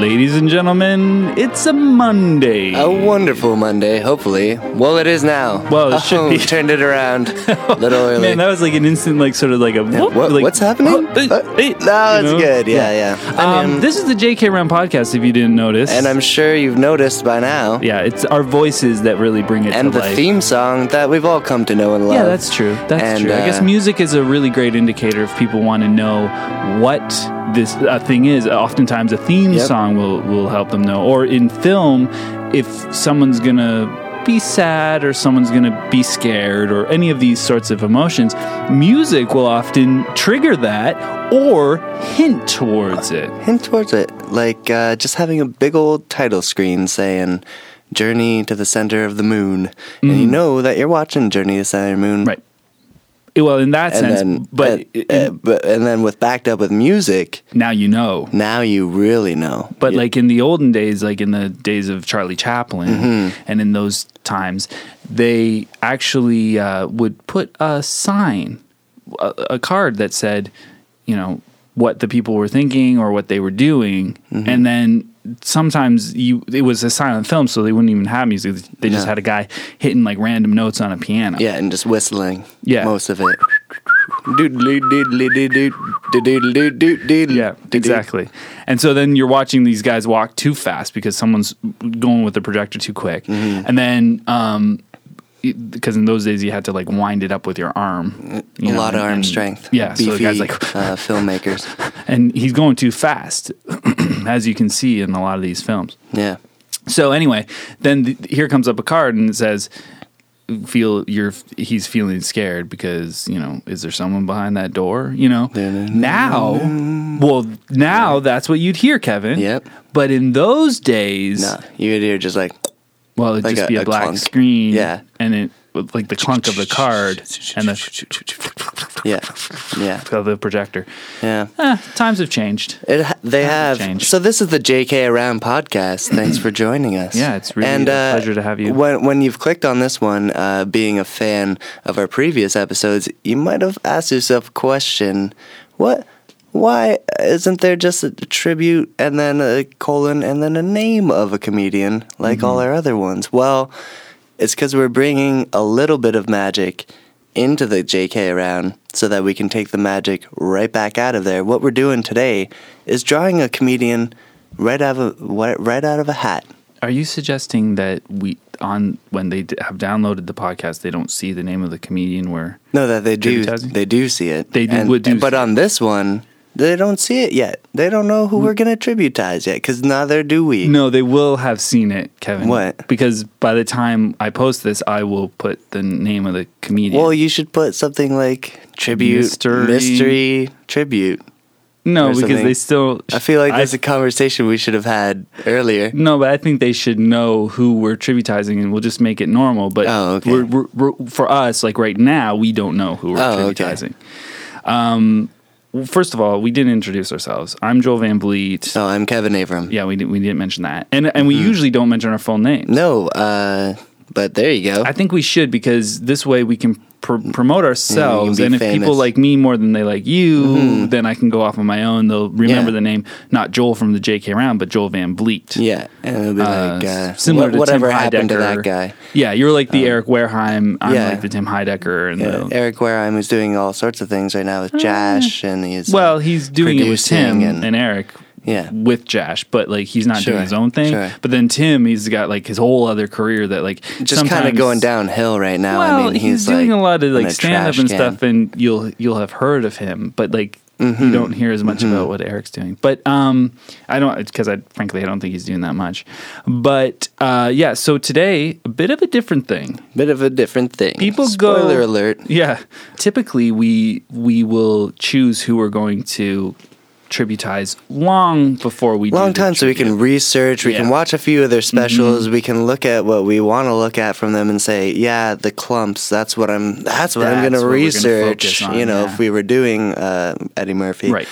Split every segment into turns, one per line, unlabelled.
Ladies and gentlemen, it's a Monday.
A wonderful Monday, hopefully. Well, it is now.
Well, it should
Oh,
be.
Turned it around a little early.
Man, that was like an instant, like sort of like a whoop,
What-
like,
what's happening?
"Huh, eh,
Uh,
eh," you
no, it's
know?
good. Yeah, yeah. I mean,
Um, this is the J.K. Round podcast. If you didn't notice,
and I'm sure you've noticed by now.
yeah, it's our voices that really bring it
And
to
the
life.
theme song that we've all come to know and love.
Yeah, that's true. That's
And,
true. I guess
uh,
music is a really great indicator if people want to know what this uh, thing is. Oftentimes, a theme
Yep.
song will will help them know. Or in film, if someone's gonna be sad or someone's gonna be scared or any of these sorts of emotions, music will often trigger that or hint towards it.
Hint towards it, like uh, just having a big old title screen saying "Journey to the Center of the Moon," and you know that you're watching "Journey to the Center of the Moon."
Mm. Right. Well, in that
And
sense,
then,
but
and, uh, but and then with backed up with music,
now you know.
now you really know.
But like in the olden days, like in the days of Charlie Chaplin, and in those times, they actually uh, would put a sign, a, a card that said, you know, what the people were thinking or what they were doing, and then sometimes you it was a silent film, so they wouldn't even have music. They just
No.
had a guy hitting like random notes on a piano.
Yeah, and just whistling.
Yeah.
Most of it. Doodly doodly doodly doodly doodly doodly.
Yeah, exactly. And so then you're watching these guys walk too fast because someone's going with the projector too quick.
Mm-hmm.
And then, um, because in those days you had to like wind it up with your arm,
Mm, A
you know,
lot of
and-
arm
and-
strength.
Yeah,
Beefy
so the guy's like,
uh, filmmakers.
and he's going too fast, as you can see in a lot of these films.
Yeah.
So anyway, then th here comes up a card and it says, "Feel you're." He's feeling scared because you know, is there someone behind that door? You know, now, well, now that's what you'd hear, Kevin.
Yep.
But in those days,
No, you would hear just like,
well, it'd
Like
just
a-
be a,
a
black
clunk.
screen.
Yeah.
And it with, like the clunk of the card and the
yeah, yeah,
of the projector.
yeah.
Eh, times have changed.
It ha- they have.
changed.
So this is the JK Around podcast. Thanks for joining us.
Yeah, it's really a pleasure to have you.
uh, When when you've clicked on this one, uh, being a fan of our previous episodes, you might have asked yourself a question: What? Why isn't there just a tribute and then a colon and then a name of a comedian like
Mm-hmm.
all our other ones? Well, it's because we're bringing a little bit of magic into the JK round so that we can take the magic right back out of there. What we're doing today is drawing a comedian right out of a, wh- right out of a hat.
Are you suggesting that we on when they d- have downloaded the podcast, they don't see the name of the comedian where?
No, that they do
Advertising?
they do see it.
They do-
And-
would do
but
see
on this one, they don't see it yet. They don't know who we're gonna tributize yet, because neither do we.
Mm. No, they will have seen it, Kevin.
What?
Because by the time I post this, I will put the name of the comedian.
Well, you should put something like tribute,
Mystery.
mystery tribute.
no,
there's
because
something-
they still.
I feel like
I-
there's a conversation we should have had earlier.
no, but I think they should know who we're tributizing, and we'll just make it normal. But
Oh, okay.
we're, we're, we're, for us, like right now, we don't know who we're
Oh, okay.
tributizing. Um, first of all, we didn't introduce ourselves. I'm Joel Van Bleet.
So Oh, Mm-hmm. I'm Kevin Avram.
Yeah, we didn't we didn't mention that, and and we usually don't mention our full names.
No, uh, but there you go.
I think we should because this way we can pr- promote ourselves,
Mm, be
and if people
famous. Mm-hmm.
like me more than they like you, then I can go off on my own. They'll remember
Yeah.
the name, not Joel from the J.K. Round, but Joel Van Bleet.
yeah, and it'll be
Uh,
like uh,
s- similar
what-
to
whatever
Tim
happened to that
Heidecker.
guy. Um,
Yeah, you're like the Eric Wareheim. I'm
yeah.
like the Tim Heidecker. And
Yeah,
the,
Eric Wareheim is doing all sorts of things right now with Josh, and he's uh,
Uh, well, he's doing it with
producing
Tim and,
and-
Eric.
Yeah.
with Josh, but like he's not
Sure,
doing his own thing.
sure.
But then Tim, he's got like his whole other career that like
just kind of
sometimes-
going downhill right now.
Well,
I mean,
he's, doing
like,
a lot of
in
like
a
stand up
trash
and
can.
stuff, and you'll you'll have heard of him, but like
Mm-hmm.
you don't hear as much about what Eric's doing. But um, I don't because I frankly I don't think he's doing that much. But uh, yeah, so today a bit of a different thing.
Bit of a different thing.
People go.
Spoiler alert.
Yeah, typically we we will choose who we're going to tributize long before we do
Long
the
time, so we can research. We
Yeah.
can watch a few of their specials. We can look at what we want to look at from them and say, "Yeah, the clumps. That's what I'm. That's what I'm
That's
going to
what we're gonna
research."
focus on,
you know,
yeah.
if we were doing uh, Eddie Murphy,
right.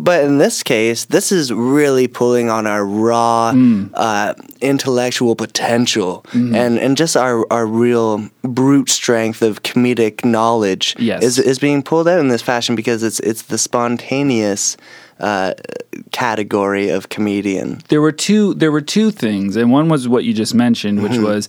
But in this case, this is really pulling on our raw
Mm.
uh, intellectual potential
Mm-hmm.
and, and just our, our real brute strength of comedic knowledge
Yes.
is, is being pulled out in this fashion because it's it's the spontaneous uh, category of comedian.
there were two there were two things and one was what you just mentioned which was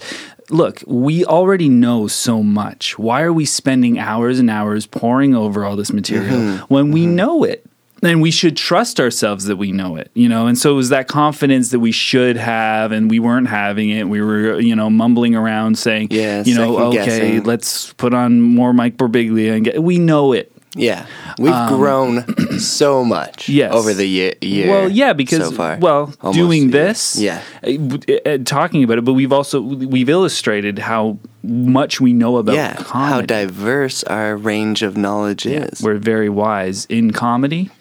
look we already know so much why are we spending hours and hours pouring over all this material when we know it and we should trust ourselves that we know it you know and so it was that confidence that we should have and we weren't having it we were you know mumbling around saying
Yeah,
you know okay
second-guessing.
let's put on more mike Birbiglia and get we know it
Yeah, we've grown so much
Um, Yes.
over the year. year
Well, yeah, because
so far.
well,
Almost a
doing
year.
this,
Yeah.
uh, w- uh, talking about it, but we've also we've illustrated how much we know about
yeah, how
comedy.
diverse our range of knowledge is.
We're very wise in comedy.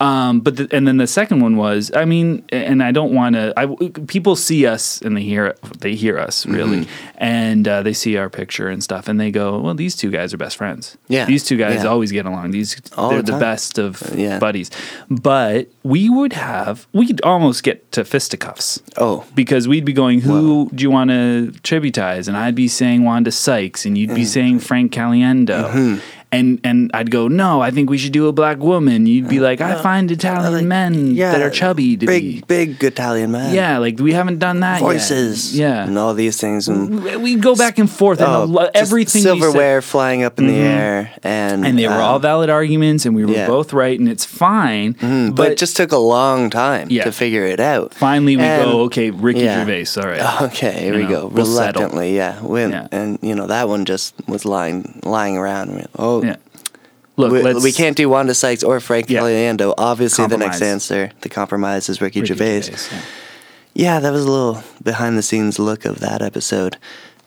Um, but the, and then the second one was, I mean, and I don't want to. I people see us and they hear they hear us
Mm-hmm.
really, and uh, they see our picture and stuff, and they go, "Well, these two guys are best friends.
Yeah,
these two guys
yeah.
always get along. These
All
they're
the
the,
time.
best of
yeah.
buddies." But we would have we'd almost get to fisticuffs
Oh,
because we'd be going, who do you want to tributize? And I'd be saying Wanda Sykes, and
Mm.
you'd be saying Frank Caliendo.
Mm-hmm.
And and I'd go, no, I think we should do a black woman. You'd be like, I find Italian
Uh, like,
men
yeah,
that are chubby to
big,
be.
big Italian man.
Yeah, like we haven't done that
voices.
yet.
and
Yeah.
all these things and
We- We'd go back and forth, and a
oh,
lo-
just
everything we said- Mm-hmm.
silverware flying up in the air, and
And they were
um,
all valid arguments, and we were
yeah. Mm-hmm.
both right, and it's fine.
But, it just took a long time
Yeah.
to figure it out.
finally, we
And-
go, okay, Ricky
yeah. Uh-huh.
Gervais, all right.
Okay, here
You
we
know,
go.
we'll settle.
Reluctantly, yeah. When
Yeah.
and you know that one just was lying lying around. We- Oh,
yeah. Look,
we,
let's,
we can't do Wanda Sykes or Frank
Yeah.
Caliendo. Obviously, the next
Compromise.
answer, the compromise, is Ricky,
Ricky
Gervais.
Gervais, yeah.
Yeah, that was a little behind the scenes look of that episode.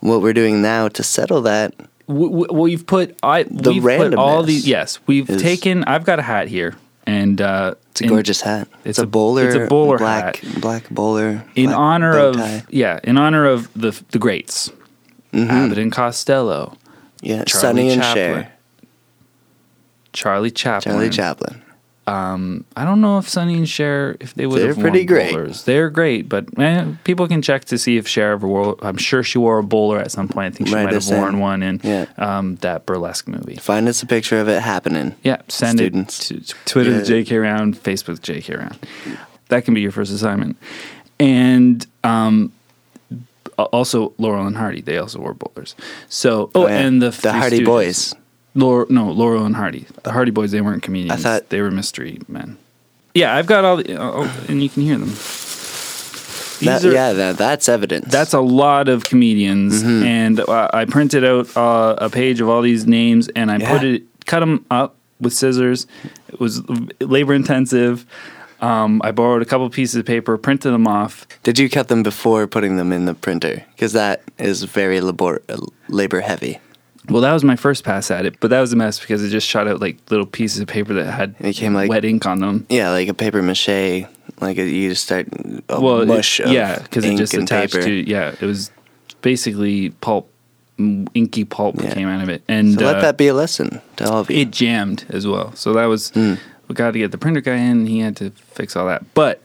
What we're doing now to settle that,
we, we- we've put I
The
we've put all
randomness
these yes we've
is-
taken I've got a hat here and uh,
it's a gorgeous hat.
it's
a
a-
bowler.
it's a bowler
black,
hat.
Black bowler.
in, in
black
honor
bow
of
tie.
yeah in honor of the the greats Abbott and Costello
yeah,
Charlie
Sonny and
Chaplin,
Cher,
Charlie Chaplin
Charlie Chaplin.
um I don't know if Sonny and Cher if they would
They're
have
pretty
worn
great.
bowlers. they're great but eh, people can check to see if Cher ever wore I'm sure she wore a bowler at some point I think she
Right,
might have
the
worn
same.
one in
Yeah.
um, that burlesque movie
Find us a picture of it happening.
Yeah, send
Students.
it to Twitter
Yeah.
to JK Round, Facebook to JK Round. That can be your first assignment. And um, a- also Laurel and Hardy, they also wore bowlers. So oh,
yeah.
and the
The
Three
Hardy
Stooges.
Boys.
Laurel, no, Laurel and Hardy. The Hardy Boys, they weren't comedians.
I thought-
they were mystery men. Yeah, I've got all the, oh, and you can hear them.
That,
These are-
yeah, that, that's evidence.
that's a lot of comedians,
Mm-hmm.
and uh, I printed out uh, a page of all these names, and I
Yeah.
put it, cut them up with scissors. It was labor intensive. Um, I borrowed a couple pieces of paper, printed them off.
Did you cut them before putting them in the printer? Because that is very labor labor heavy.
Well, that was my first pass at it, but that was a mess because it just shot out like little pieces of paper that had
It came like-
wet ink on them.
Yeah, like a paper mache. Like a, you just start a
Well, it-
mush of
yeah, because it
ink
just
and
attached
paper.
to yeah, it was basically pulp, mm, inky pulp that
Yeah.
came out of it, and
So
uh,
let that be a lesson to all of you.
it jammed as well. So that was
Hmm.
we got to get the printer guy in. He had to fix all that. But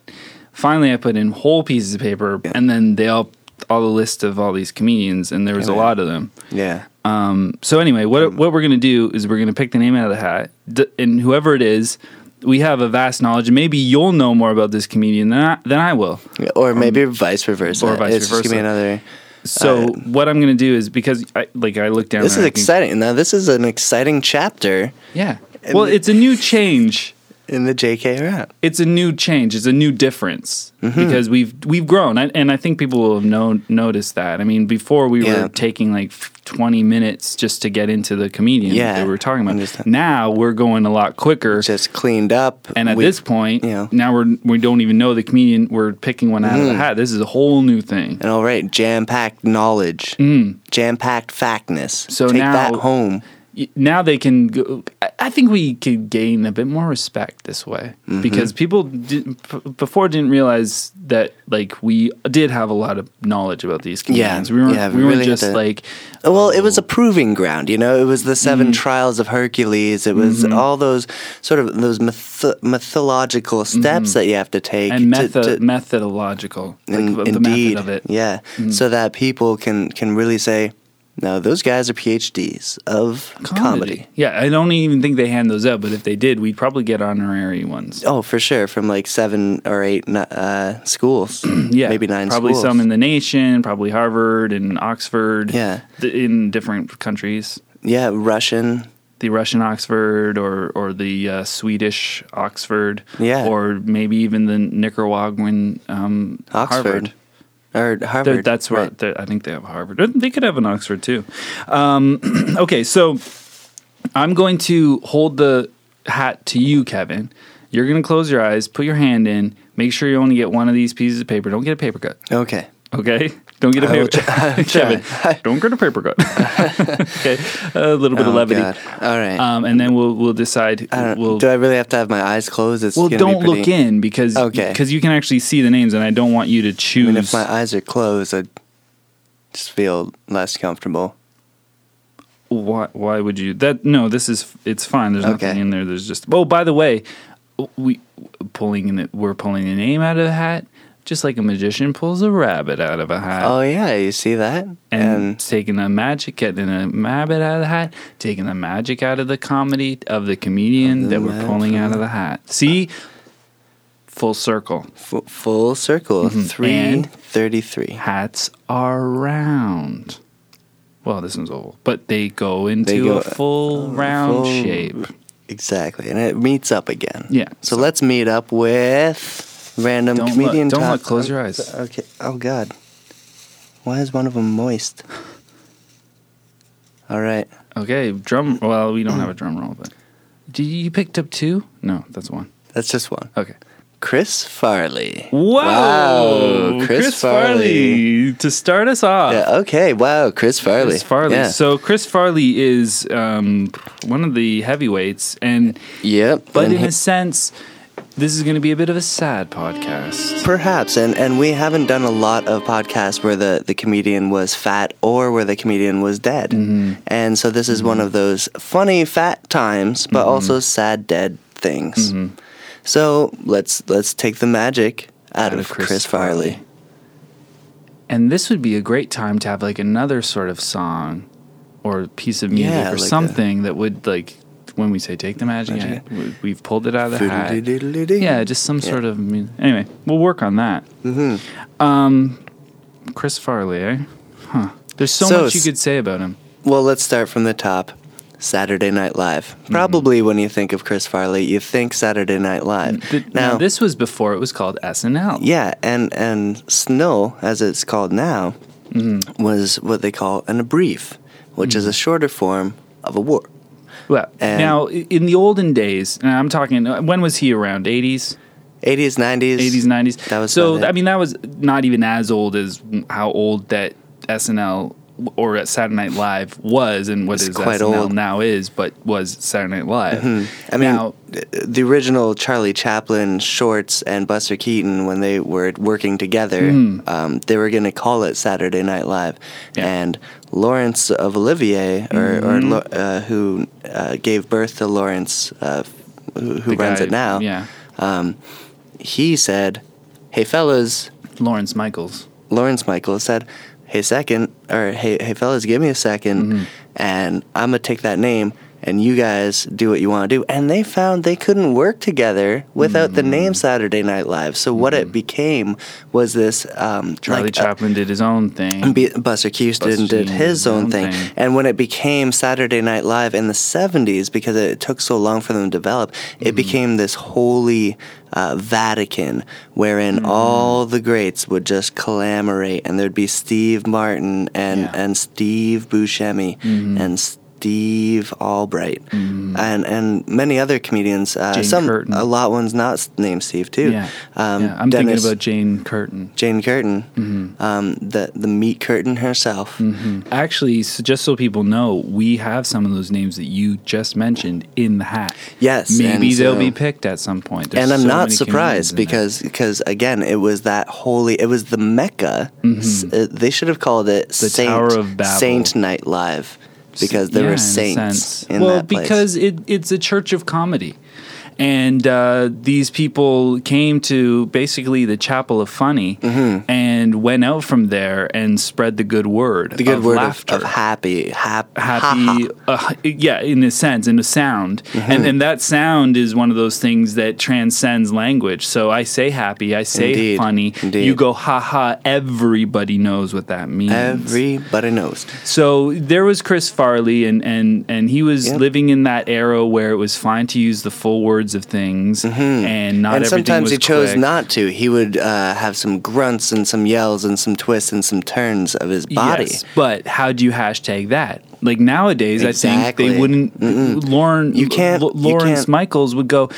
finally, I put in whole pieces of paper, and then they all all the list of all these comedians, and there was a
Yeah.
lot of them.
yeah,
Um, so anyway, what what we're gonna do is we're gonna pick the name out of the hat, d- and whoever it is, we have a vast knowledge. Maybe you'll know more about this comedian than I, than I will.
or maybe vice versa.
or vice
it's just gonna be
versa.
another.
So what I'm gonna do is because I, like I looked down.
Uh, This
and
is
I can-
exciting. Now this is an exciting chapter
Yeah. Well,
the-
it's a new change.
in the J.K. rap.
it's a new change. It's a new difference
Mm-hmm.
because we've we've grown, I, and I think people will have known noticed that. I mean, before we
Yeah.
were taking like f- twenty minutes just to get into the comedian
Yeah,
that we were talking about.
understand.
Now we're going a lot quicker,
Just cleaned up.
and at
We-
this point,
yeah. Mm-hmm.
now we're we don't even know the comedian. We're picking one out of the hat. This is a whole new thing.
and all right, jam packed knowledge, jam packed factness.
Hmm. So
take
now-
that home.
Y- Now they can. Go, I- I think we could gain a bit more respect this way
Mm-hmm.
because people did, p- before didn't realize that like we did have a lot of knowledge about these comedians. we weren't,
yeah,
we
we
weren't
really had
just
to-
like
Well, it was a proving ground, you know. It was the 7
Mm-hmm.
trials of Hercules. It was all those sort of those myth- mythological steps that you have to take.
Mm-hmm. and
to-
method,
to-
methodological, like
in-
the- the
indeed,
method of it. Mm.
yeah. So that people can can really say, Now, those guys are PhDs of comedy.
Yeah, I don't even think they hand those out, but if they did, we'd probably get honorary ones.
Oh, for sure, from like seven or eight ni- uh, schools.
Yeah,
maybe nine.
Probably
schools.
some in the nation, probably Harvard and Oxford.
Yeah.
th- in different countries,
yeah, Russian.
the Russian Oxford or or the uh, Swedish Oxford.
Yeah.
or maybe even the Nicaraguan um, Harvard.
Oxford or
They're-
Harvard.
that's where
right.
they're- I think they have Harvard. Or They could have an Oxford too. Um, okay, so I'm going to hold the hat to you, Kevin. You're going to close your eyes, put your hand in, make sure you only get one of these pieces of paper. Don't get a paper cut.
Okay.
Okay, don't get a
I will
paper.
Oh, try- I'm
Kevin,
trying.
don't get a paper cut. okay, a little bit of
Oh,
levity.
God. All right.
um, and then we'll we'll decide.
I don't,
we'll
do I really have to have my eyes closed? It's
well
gonna
don't
be pretty,
look in because
Okay.
because you can actually see the names, and I don't want you to choose.
I mean, if my eyes are closed, I just feel less comfortable.
why why would you that no this is it's fine there's nothing
Okay.
in there there's just oh by the way we pulling in the, we're pulling a name out of the hat just like a magician pulls a rabbit out of a hat
Oh yeah, you see that?
and, taking the magic getting a rabbit out of the hat taking the magic out of the comedy of the comedian
Of the
that we're
mag-
pulling out of the hat see full circle
fu- full circle three
Mm-hmm. And-
thirty-three.
hats are round well this one's oval but they go into
go- uh,
a full round
full-
shape
Exactly, and it meets up again.
Yeah,
So, let's meet up with random
Don't
comedian.
look, don't
top-
look, close your eyes.
Okay. Oh God, why is one of them moist? All right.
Okay, drum. Well, we don't have a drum roll, but do you you picked up two? No, that's one.
That's just one.
Okay.
Chris Farley.
Wow,
Wow, Chris, Farley.
to start us off.
Yeah, okay. Wow, Chris Farley.
Chris Farley.
Yeah.
So Chris Farley is um, one of the heavyweights, and
yep.
but
and
in
he-
a sense, this is going to be a bit of a sad podcast.
Perhaps, and, and we haven't done a lot of podcasts where the, the comedian was fat or where the comedian was dead.
Mm-hmm.
And so this is one of those funny fat times,
Mm-hmm.
but also sad dead things. So let's let's take the magic out, of, Chris, Farley.
And this would be a great time to have like another sort of song or piece of music
Yeah,
or
like a-
something that would like when we say take the magic,
Magic.
out, we- we've pulled it out of the hat.
Fiddle-diddle-dee.
Yeah, just some sort of. mu- Anyway, we'll work on that. Mm-hmm. Um, Chris Farley, eh? Huh. There's so,
So
much you
s-
could say about him.
Well, let's start from the top. Saturday Night Live. Probably
Mm-hmm.
when you think of Chris Farley, you think Saturday Night Live.
Th- Mm-hmm. now, this was before it was called SNL.
Yeah, and and snow, as it's called now,
Mm-hmm.
was what they call an abrief, which is a shorter form of a war.
Well,
And-
now i- in the olden days, and I'm talking. uh, When was he around? 80s,
80s, 90s.
80s, 90s.
That was
so.
about it.
I mean, that was not even as old as how old that SNL or Saturday Night Live was, and what
It's
is
quite
SNL
old. Mm-hmm.
now is, but was Saturday Night Live.
I mean,
now-
th- the original Charlie Chaplin shorts and Buster Keaton, when they were working together, um, they were going to call it Saturday Night Live.
Mm-hmm. Yeah. Mm-hmm.
And Laurence of Olivier, or, or Lo- uh, who uh, gave birth to Laurence, uh, who, who
The
runs
guy-
it now,
Yeah,
he said, Hey, fellas,
Lawrence Michaels.
Lawrence Michaels said, "Hey, second, or hey, hey, fellas, give me a 2nd and I'm gonna take that name, and you guys do what you want to do." And they found they couldn't work together without the name Saturday Night Live. So what it became was this um,
Charlie
like, uh,
Chaplin did his own thing.
B- Buster Keaton
Buster
did
Keaton did
his
his
own
own
thing.
thing.
And when it became Saturday Night Live in the 70s, because it took so long for them to develop, it
Mm-hmm.
became this holy uh, Vatican wherein
Mm-hmm.
all the greats would just collaborate. And there'd be Steve Martin and,
Yeah. Mm-hmm.
and Steve Buscemi and Steve Albright and, and many other comedians. Uh,
Jane
some
Curtin.
A lot ones not s- named Steve, too.
Yeah. Yeah, I'm
Um, Dennis-
thinking about Jane Curtin.
Jane Curtin,
Mm-hmm.
um, the the meat curtain herself.
Actually, so just so people know, we have some of those names that you just mentioned in the hat.
Yes,
Maybe
and
they'll
so-
be picked at some point. There's
And I'm
so
not
many comedians
surprised
in there.
because because again, it was that holy. It was the mecca. S- uh, they should have called it the Saint
Mm-hmm. Tower of Babel.
Saint Night Live because there
Yeah,
were
in a
saints
sense.
in
well,
that place.
because it, it's a church of comedy. And uh, these people came to basically the Chapel of Funny
Mm-hmm.
and went out from there and spread the good word.
The good word of,
laughter
of happy, hap,
happy uh, yeah in a sense in a sound
Mm-hmm.
and and that sound is one of those things that transcends language so i say happy i say
Indeed.
funny
Indeed.
you go ha ha everybody knows what that means
Everybody knows.
so there was Chris Farley, and and and he was
Yeah.
living in that era where it was fine to use the full words of things, and not
Mm-hmm. and
everything
sometimes
was
he chose
quick.
not to. He would uh, have some grunts and some yells and some twists and some turns of his body.
Yes, but how do you hashtag that? Like nowadays, I think
Exactly.
they wouldn't. Lauren,
You can't-
L-
you
Lawrence
can't-
Michaels would go.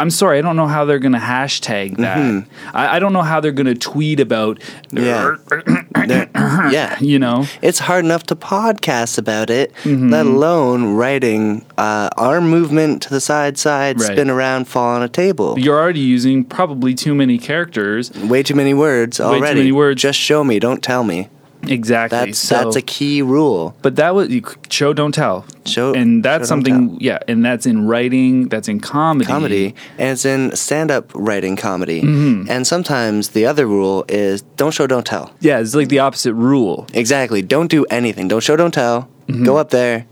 I'm sorry, I don't know how they're going to hashtag that. I, I don't know how they're going to tweet about.
Mm-hmm. Yeah. There- yeah.
You know,
It's hard enough to podcast about it,
Mm-hmm.
let alone writing uh, arm movement to the side, side,
Right.
spin around, fall on a table.
you're already using probably too many characters.
Way too many words already.
many words.
Just show me, don't tell me.
Exactly.
That's
so,
that's a key rule.
But that was you, c- show don't tell.
Show-
and
show, don't
that's something. Yeah, and that's in writing. That's in comedy.
comedy and it's in stand-up writing comedy
Mm-hmm.
and sometimes the other rule is don't show don't tell
Yeah, it's like the opposite rule.
exactly don't do anything don't show don't tell
Mm-hmm.
go up there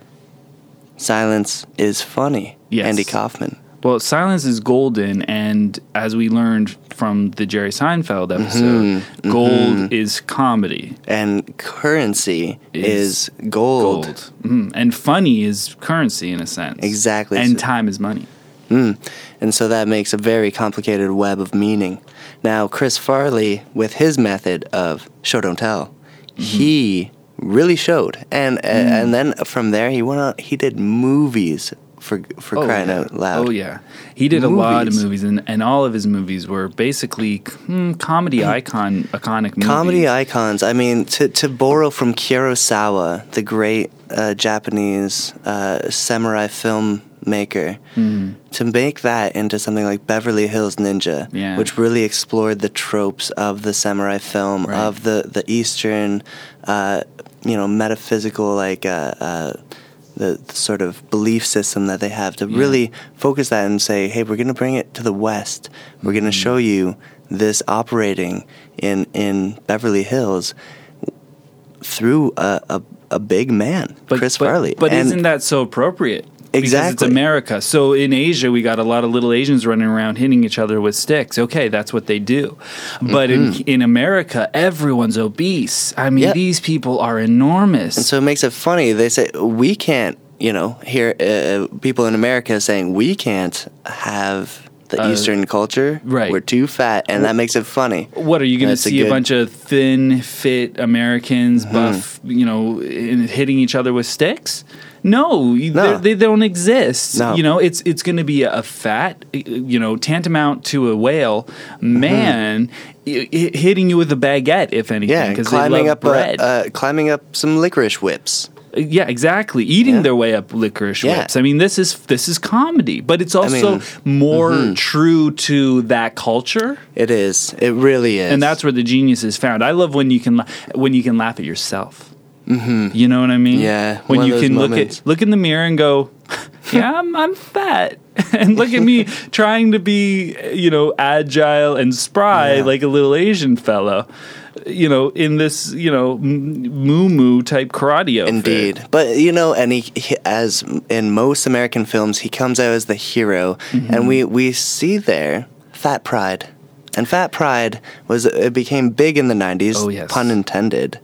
silence is funny
Yes.
andy kaufman
Well, silence is golden, and as we learned from the Jerry Seinfeld
Mm-hmm,
episode, gold is comedy.
and currency
Is
is, gold.
Gold. Mhm. And funny is currency in a sense.
Exactly.
And time is money.
and so that makes a very complicated web of meaning now chris farley with his method of show don't tell
Mm-hmm.
he really showed and uh,
Mm.
and then from there he went on he did movies for for crying
yeah.
out loud
Oh, yeah. He did a lot of
Movies.
movies, and, and all of his movies were basically hmm, comedy icon, iconic movies.
Comedy icons. I mean, to, to borrow from Kurosawa, the great uh, Japanese uh, samurai filmmaker,
Hmm.
to make that into something like Beverly Hills Ninja,
Yeah.
which really explored the tropes of the samurai film,
Right.
of the, the Eastern, uh, you know, metaphysical, like, uh, uh, the, the sort of belief system that they have to really focus that and say, hey, we're going to bring it to the West. We're going to
Mm-hmm.
show you this operating in in Beverly Hills through a, a, a big man, Chris Farley.
But
And
isn't that so appropriate? Because it's
Exactly.
America. So in Asia, we got a lot of little Asians running around hitting each other with sticks. Okay, that's what they do. But in, in America, everyone's obese. I mean,
Mm-hmm. Yep.
these people are enormous.
so it makes it funny. They say, we can't, you know, hear uh, people in America saying, we can't have the Eastern culture.
Uh, right.
We're too fat. And that makes it funny.
what are you going to
That's a
see? A,
good- Uh-huh.
bunch of thin, fit Americans, buff, you know, in, hitting each other with sticks? No, you-
No.
they're- they don't exist.
No.
You know, it's it's going to be a, a fat, uh, you know, tantamount to a whale
Uh-huh.
man i- i- hitting you with a baguette, if anything,
Yeah,
because they
climbing
love
up
bread.
A, uh, climbing up some licorice whips.
yeah, exactly. Eating
Yeah.
their way up licorice
Yeah.
whips. I mean, this is this is comedy, but it's also
mean, mm-hmm.
more true to that culture.
It is. It really is.
and that's where the genius is found. I love when you can la- when you can laugh at yourself. Mm-hmm. You know what I mean?
Yeah,
When
one of
you
those
can
moments.
look at look in the mirror and go, "Yeah, I'm I'm fat," and look at me trying to be you know agile and spry
Yeah.
like a little Asian fellow. You know, in this you know moo moo type karate outfit.
Indeed, but you know, and he, he as in most American films, he comes out as the hero,
Mm-hmm.
and we we see there fat pride, and fat pride was it became big in the nineties.
Oh, yes. Mm,
pun intended.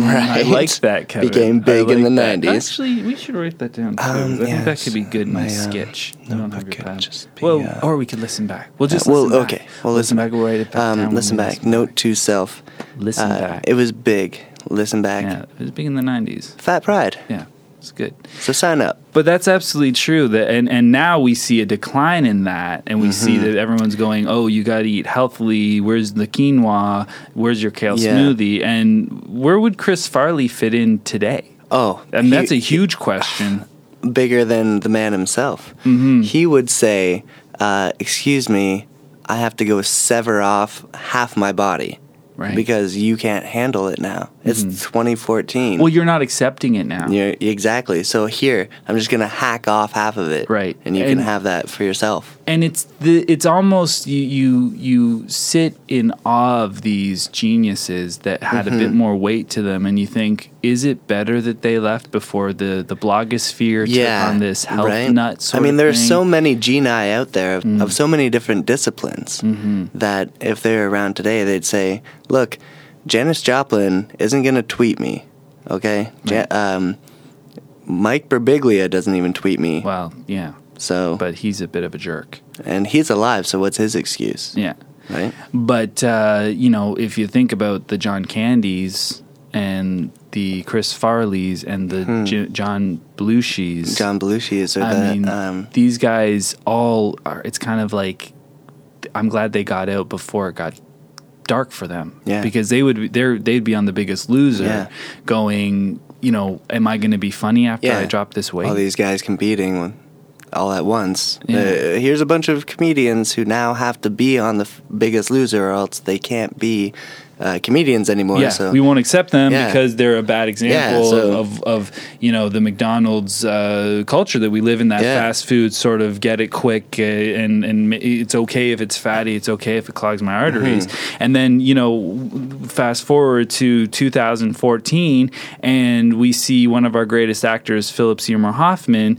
right,
I like that, Kevin.
Became
I
big in the
like that.
nineties.
Actually, we should write that down. Too.
Um,
I
yeah,
think that could be good in
my,
my,
uh,
sketch. I don't have
notebook
your
could
pad.
just be,
well,
uh,
or we could listen back. We'll just
well,
listen back.
okay. We'll listen
back. We'll write it back. down
Um,
when
listen
we
back. Note to self.
Listen
Uh,
back.
It was big. Listen back.
Yeah, it was big in the '90s.
Fat pride.
Yeah, it's good.
So sign up.
But that's absolutely true. That and and now we see a decline in that, and we see
Mm-hmm.
that everyone's going, "Oh, you got to eat healthily. Where's the quinoa? Where's your kale
Yeah.
smoothie?" And where would Chris Farley fit in today?
Oh,
And that's a
he-
huge question.
bigger than the man himself.
Mm-hmm.
He would say, uh, "Excuse me, I have to go sever off half my body
Right. Mm-hmm.
because you can't handle it now." It's 2014.
Well, you're not accepting it now.
You're- exactly. So here, I'm just gonna hack off half of it,
Right.
And you can
And-
have that for yourself.
and it's the it's almost you you you sit in awe of these geniuses that had a
Mm-hmm.
bit more weight to them and you think is it better that they left before the the blogosphere
Yeah,
took on this health
right?
nut sort
I mean,
of
there are so
thing? Mm.
many geni out there of, of so many different disciplines
Mm-hmm.
that if they're around today, they'd say, "Look, Janis Joplin isn't gonna tweet me, okay? Ja- um, Mike Birbiglia doesn't even tweet me,
well yeah
so
but he's a bit of a jerk
and he's alive. So what's his excuse,
yeah
right?
but uh, you know if you think about the John Candies and the Chris Farleys and the
Hmm.
J- John Belushis
John Belushi is or the
I mean,
um,
these guys all are. It's kind of like I'm glad they got out before it got dark for them.
Yeah.
because they would they they'd be on the Biggest Loser,
Yeah.
going. You know, am I going to be funny after
Yeah.
I drop this weight?
all these guys competing all at once.
Yeah.
Uh, here's a bunch of comedians who now have to be on the f- Biggest Loser, or else they can't be uh, comedians anymore.
yeah,
so
we won't accept them
Yeah.
because they're a bad example
so-
of, of you know the McDonald's uh, culture that we live in. That
Yeah.
fast food sort of get it quick, uh, and and ma- it's okay if it's fatty, it's okay if it clogs my arteries.
Mm-hmm.
And then you know, fast forward to 2014, and we see one of our greatest actors, Philip Seymour Hoffman.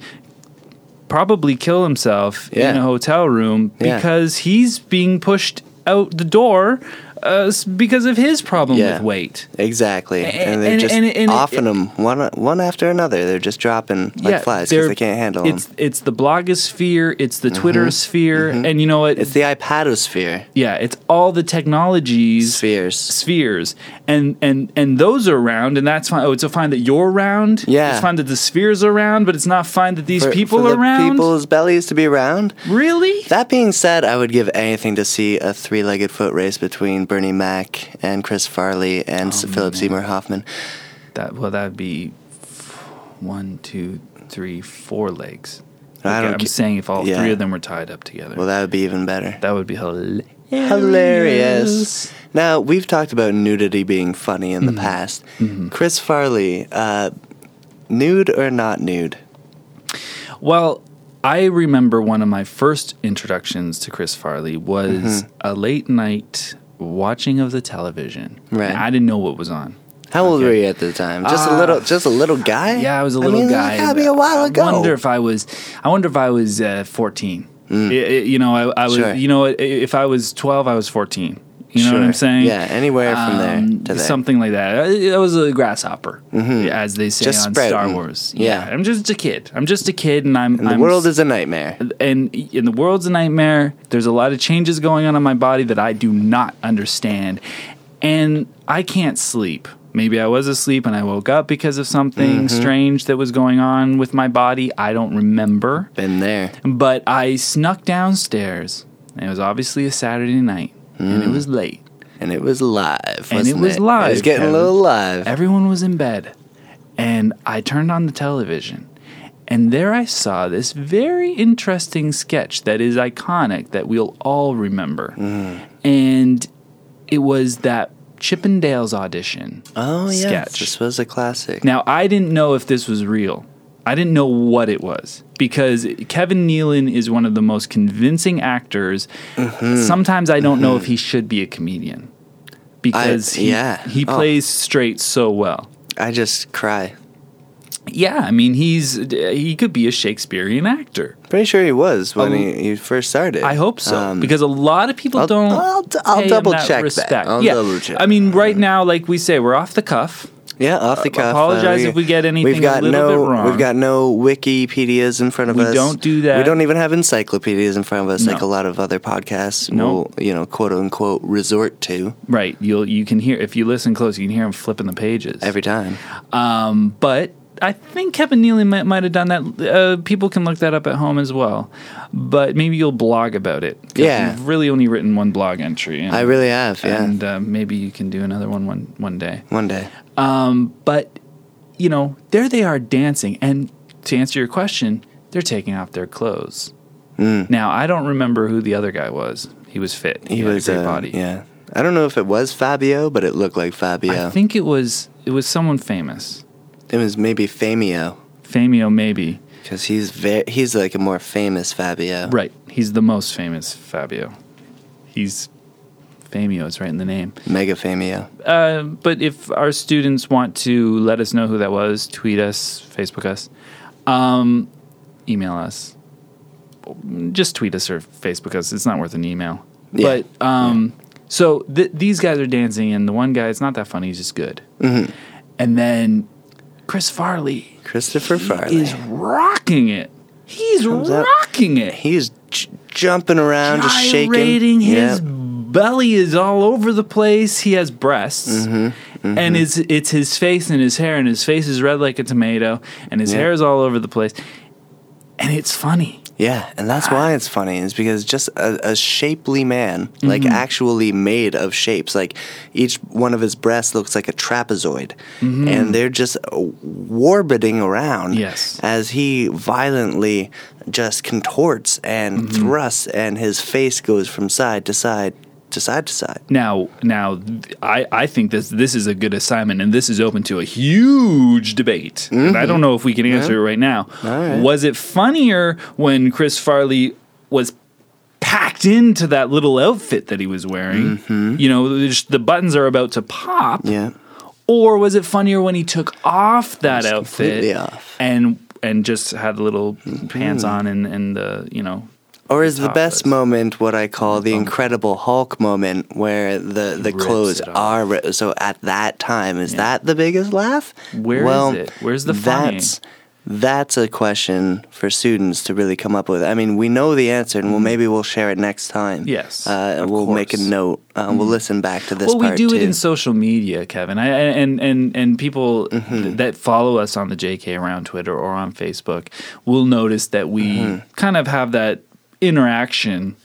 Probably kill himself in
Yeah.
a hotel room
Yeah.
because he's being pushed out the door uh, s- because of his problem
Yeah.
with weight.
exactly,
And-
and, they're
and-
just
and- and-
offing them one one after another. They're just dropping like flies because
they're-
they can't handle
it's,
them.
It's the blogosphere, it's the Twitter sphere, and you know what?
It's the iPadosphere
yeah, it's all the technologies
spheres.
spheres and and and those are round and that's fine oh it's a fine that you're round
Yeah.
it's fine that the spheres are round but it's not fine that these
For-
people
for
are
the
round
people's bellies to be round.
really
That being said, I would give anything to see a three-legged foot race between Bernie Mac and Chris Farley and
Oh,
Philip Seymour Hoffman.
that well that'd be f- one two three four legs
I
Okay,
don't
i'm
ca-
saying if all
yeah.
three of them were tied up together
Well, that would be even better.
that would be hilarious
Hilarious. Now we've talked about nudity being funny in the
Mm-hmm.
past. Chris Farley, uh, nude or not nude?
Well, I remember one of my first introductions to Chris Farley
Mm-hmm.
was a late night watching of the television.
Right.
And I didn't know what was on.
How old were you at the time? Just a little, just a little guy.
Uh, Yeah, I was a little
mean,
guy.
That had to be a while ago.
I wonder if I was. I wonder if I was uh, fourteen. I- I- you know, I, I was.
Mm. Sure.
You know, i- if I was twelve, I was fourteen. You know what
Sure.
I'm saying?
Yeah, anywhere from there
Um,
to there. Mm-hmm.
Something like that. I, I was a grasshopper, as they say
Just
on Star
sprouting.
Wars.
Yeah.
I'm just a kid. I'm just a kid, and I'm.
the
I'm
world is a nightmare.
and in the world's a nightmare. There's a lot of changes going on in my body that I do not understand, and I can't sleep. Maybe I was asleep and I woke up because of something strange that was going on with my body. I don't remember,
Been there.
but I snuck downstairs. And it was obviously a Saturday night, and it was late.
And it was live.
And it
wasn't
was live.
It was getting
Kevin.
a little live.
Everyone was in bed, and I turned on the television, and there I saw this very interesting sketch that is iconic that we'll all remember.
Mm-hmm.
And it was that Chippendales audition
oh yeah,
sketch.
this was a classic.
Now, I didn't know if this was real. I didn't know what it was because Kevin Nealon is one of the most convincing actors.
Mm-hmm.
Sometimes I don't know if he should be a comedian because he,
yeah.
he
Oh.
plays straight so well.
I just cry.
Yeah, I mean he's he could be a Shakespearean actor.
Pretty sure he was when
Um,
he, he first started.
I hope so
Um,
because a lot of people
I'll-
don't.
I'll- I'll
pay him
double
that
check that.
respect.
I'll
yeah,
double check.
I mean right now, like we say, we're off the cuff.
Yeah, off the cuff.
apologize if we get anything a little
no,
bit wrong.
We've got no Wikipedias in front of
We
us.
don't do that.
We don't even have encyclopedias in front of us like
No.
a lot of other podcasts
No.
will, you know, quote unquote, resort to
Right, you'll you can hear if you listen close, you can hear him flipping the pages.
every time.
Um, but I think Kevin Nealon might, might have done that. Uh, people can look that up at home as well. But maybe you'll blog about it. 'Cause
Yeah.
you've really only written one blog entry. And,
I really have, yeah.
Um, and uh, maybe you can do another one one one day.
One day.
But you know, there they are dancing, and to answer your question, they're taking off their clothes.
Mm.
Now I don't remember who the other guy was. He was fit. He,
He
had
was
a great
uh,
body.
Yeah. I don't know if it was Fabio, but it looked like Fabio.
I think it was it was someone famous.
It was maybe Famio
Famio maybe.
because he's very he's like a more famous Fabio.
Right. He's the most famous Fabio. He's Famio, it's right in the name.
Mega Famio.
Uh, but if our students want to let us know who that was, tweet us, Facebook us, um, email us. Just tweet us or Facebook us. It's not worth an email.
Yeah.
But um, so th- these guys are dancing, and the one guy, it's not that funny. He's just good.
Mm-hmm.
And then Chris Farley
Christopher Farley.
is rocking it. He's
out-
rocking it.
He's j- jumping around, just shaking.
Gyrating. His
Yeah.
belly is all over the place. He has breasts,
Mm-hmm,
and it's it's his face and his hair, and his face is red like a tomato, and his
Yeah.
hair is all over the place, and it's funny.
Yeah, and that's why it's funny is because just a, a shapely man, like
Mm-hmm.
actually made of shapes, like each one of his breasts looks like a trapezoid,
Mm-hmm.
and they're just warbiting around.
Yes.
as he violently just contorts and
Mm-hmm.
thrusts, and his face goes from side to side to side to side.
Now, now, th- I, I think this this is a good assignment, and this is open to a huge debate. And I don't know if we can answer it right now.
Mm-hmm. right.
Was it funnier when Chris Farley was packed into that little outfit that he was wearing? You know, there's- the buttons are about to pop.
Mm-hmm. Yeah,
Or was it funnier when he took off that outfit
completely off. Mm-hmm.
and and just had the little pants on and and the you know
Or is the
top
best
was-
moment what I call the Incredible Hulk moment, where the, the
Um, rips
clothes
it off.
are ri- so? At that time, is that the biggest laugh?
Where is it? Where's the funny?
That's that's a question for students to really come up with. I mean, we know the answer, and we'll maybe we'll share it next time.
Mm-hmm. Yes,
uh, and
of
we'll make a
course. Mm-hmm.
note. Uh, We'll listen back to this.
well, we
part,
do it
too.
in social media, Kevin. I, I- and and and people
Mm-hmm.
th- that follow us on the JK around Twitter or on Facebook will notice that we
Mm-hmm.
kind of have that interaction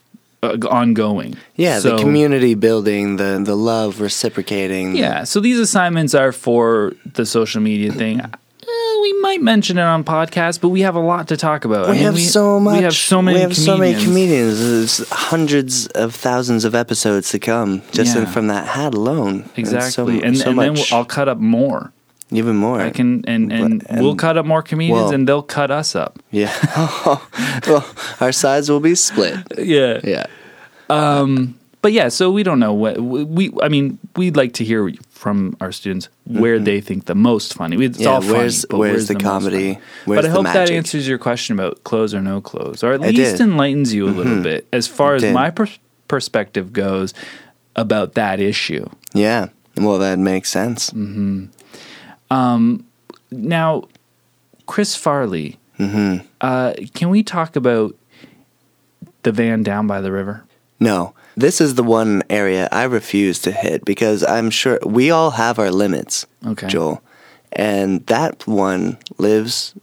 uh, g- ongoing.
yeah,
So-
the community building, the the love reciprocating.
Yeah, so these assignments are for the social media thing.
Mm-hmm.
Eh, we might mention it on podcast, but we have a lot to talk about. I
We
mean,
have so much.
We have so many.
We have
comedians.
so many comedians. There's hundreds of thousands of episodes to come just in,
Yeah.
from that hat alone.
Exactly,
and, so,
and,
so
and then
much,
we'll, I'll cut up more.
even more.
I can and and,
But-
we'll
and-
cut up more comedians,
well-
and they'll cut us up.
Yeah. well, our sides will be split.
Yeah,
Yeah.
But yeah, so we don't know what we. I mean, we'd like to hear from our students where they think the most funny. It's
Mm-hmm. Yeah,
all funny.
where's-
but
where's the
most
comedy?
funny?
Where's
but I
the
hope that
magic?
answers your question about clothes or no clothes, or at
It
least
did. Mm-hmm.
enlightens you a little bit as far as
did.
my pers- perspective goes about that issue.
Yeah. Well, that makes sense.
Mm. Now, Chris Farley,
Mm-hmm.
uh, can we talk about the van down by the river?
No. This is the one area I refuse to hit because I'm sure we all have our limits,
Okay.
Joel. And that one lives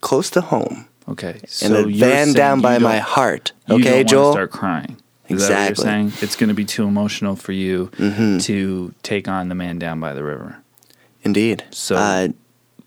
close to home.
Okay,
And
so
a
you're
van
saying
down
you
by my
don't-
heart.
you don't
Okay,
wanna
Joel.
Start crying. Is That
Exactly.
what
Mm-hmm.
you're saying it's going to be too emotional for you to take on the man down by the river.
Indeed.
So-
uh,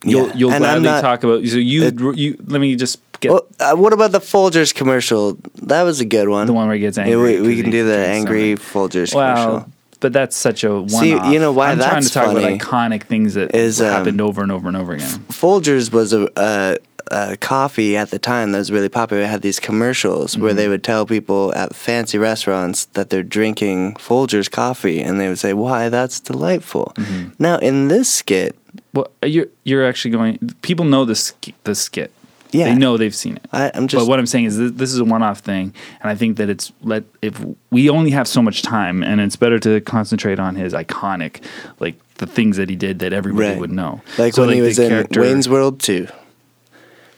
You'll
yeah.
you'll
And I'm
gladly
not-
talk about. So you
it-
you let me just get
Well, uh, what about the Folgers commercial? That was a good one.
the one where he gets angry.
Yeah, we,
'cause
we
he
can do the
drinks
angry
something.
Folgers
Well,
commercial.
but that's such a one.
you know why
I'm trying
that's
to talk
funny
about iconic things that
is, um,
happened over and over and over again.
Folgers was a, a, a coffee at the time that was really popular. It had these commercials
Mm-hmm.
where they would tell people at fancy restaurants that they're drinking Folgers coffee, and they would say, "Why, that's delightful."
Mm-hmm.
Now in this skit,
Well, you're you're actually going. People know the sk- the skit.
Yeah.
they know they've seen it.
I, I'm just
but what I'm saying is this, this is a one-off thing, and I think that it's let if we only have so much time, and it's better to concentrate on his iconic, like the things that he did that everybody
Right.
would know.
Like
So,
when he
the
was in
character-
Wayne's World 2.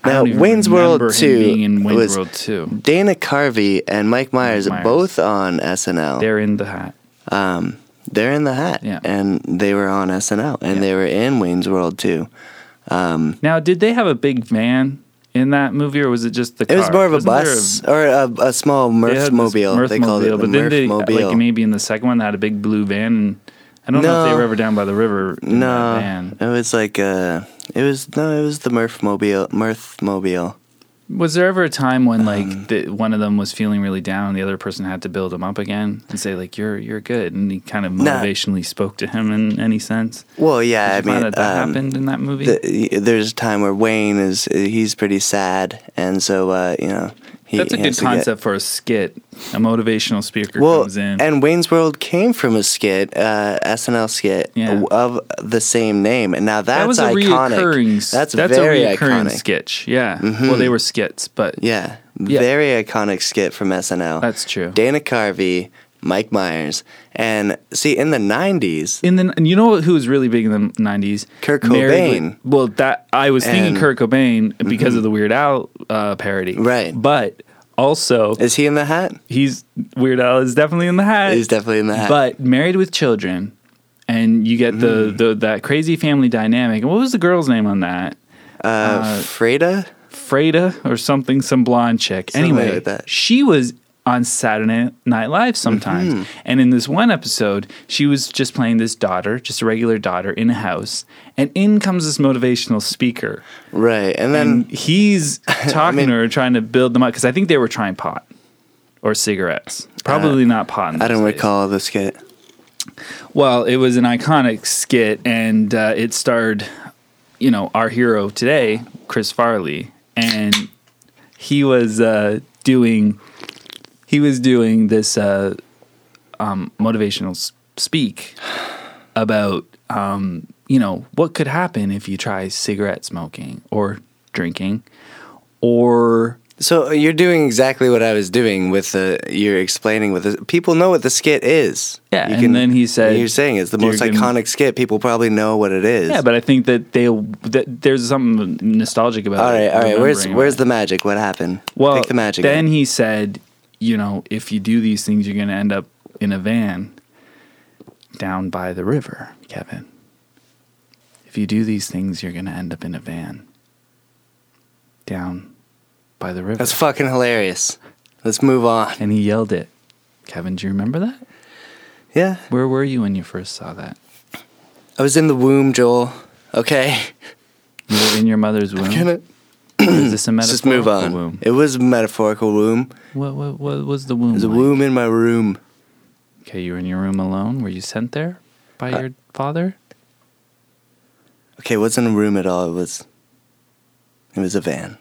I
Now,
don't even
Wayne's World
remember him
2
being in Wayne's
was
World 2.
Dana Carvey and Mike Myers,
Myers.
both on SNL. They're,
They're in the hat.
um, they're in the hat.
Yeah.
And they were on SNL. And
Yeah.
they were in Wayne's World 2.
Now, did they have a big van in that movie, or was it just the?
It was
car?
more of a
Wasn't there
bus or a, a small
they had this
Murph mobile. They called it the
Murphmobile, but then they, uh,
Murph mobile.
like maybe in the second one, they had a big blue van. And I don't know if they
No.
were ever down by the river. In that
no,
van.
it was like uh, it was no, it was the Murph mobile. Murph mobile.
Was there ever a time when like
Um,
the, one of them was feeling really down and the other person had to build him up again and say like you're you're good and he kind of
Nah.
motivationally spoke to him in any sense?
Well, yeah,
Did
I
you find
mean,
that, that
um,
happened in that movie.
the, there's a time where Wayne is he's pretty sad, and so uh, you know he
That's a
he
good
has to get-
concept for a skit. A motivational speaker
well,
comes in.
and Wayne's World came from a skit, uh, SNL skit
Yeah.
of the same name, and now that's
that was a
iconic.
reoccurring. s-
that's,
that's
very
a reoccurring
iconic. Mm-hmm.
sketch. Yeah. Well, they were skits, but
Yeah,
Yeah.
very iconic skit from SNL.
That's true.
Dana Carvey, Mike Myers, and see in the '90s,
in the and you know who was really big in the nineties?
Kurt Cobain.
well, that I was
And- Mm-hmm.
thinking Kurt Cobain because of the Weird Al uh, parody,
Right.
But also,
is he in the hat?
he's Weird Al is definitely in the hat.
He's definitely in the hat.
But married with children, and you get the,
Mm.
the that crazy family dynamic. And what was the girl's name on that?
uh, Freda.
Freda or something, some blonde chick. anyway,
like that.
she was on Saturday Night Live sometimes.
Mm-hmm.
And in this one episode, she was just playing this daughter, just a regular daughter in a house. And in comes this motivational speaker.
Right, and then
And he's talking to her, trying to build them up. Because I think they were trying pot or cigarettes. Probably not pot. in
I
those
don't
days.
recall the skit.
Well, it was an iconic skit, and uh, it starred, you know, our hero today, Chris Farley, and he was uh, doing he was doing this uh, um, motivational s- speak about um, you know what could happen if you try cigarette smoking or drinking or
So uh, you're doing exactly what I was doing with the. You're explaining with the people know what the skit is.
Yeah,
You
and then he said,
"You're saying it's the
"You're
most
gonna-
iconic skit. People probably know what it is."
yeah, but I think that they that there's something nostalgic about.
all right, all right. Where's
remembering
where's
that.
the magic? What happened?
Well,
Pick the magic.
Then
up.
he said, you know, if you do these things, you're going to end up in a van down by the river, Kevin. If you do these things, you're going to end up in a van down by the river.
that's fucking hilarious. Let's move on.
and he yelled it. Kevin, do you remember that?
Yeah,
Where were you when you first saw that?
I was in the womb, Joel. Okay,
You were in your mother's womb.
Gonna-
Is this a
let's
metaphor?
just move on.
Womb?
It was a metaphorical womb.
What, what, what was the womb?
It was a
like?
womb in my room.
Okay, you were in your room alone. Were you sent there by
Uh,
your father?
Okay, it wasn't a room at all. It was. It was a van.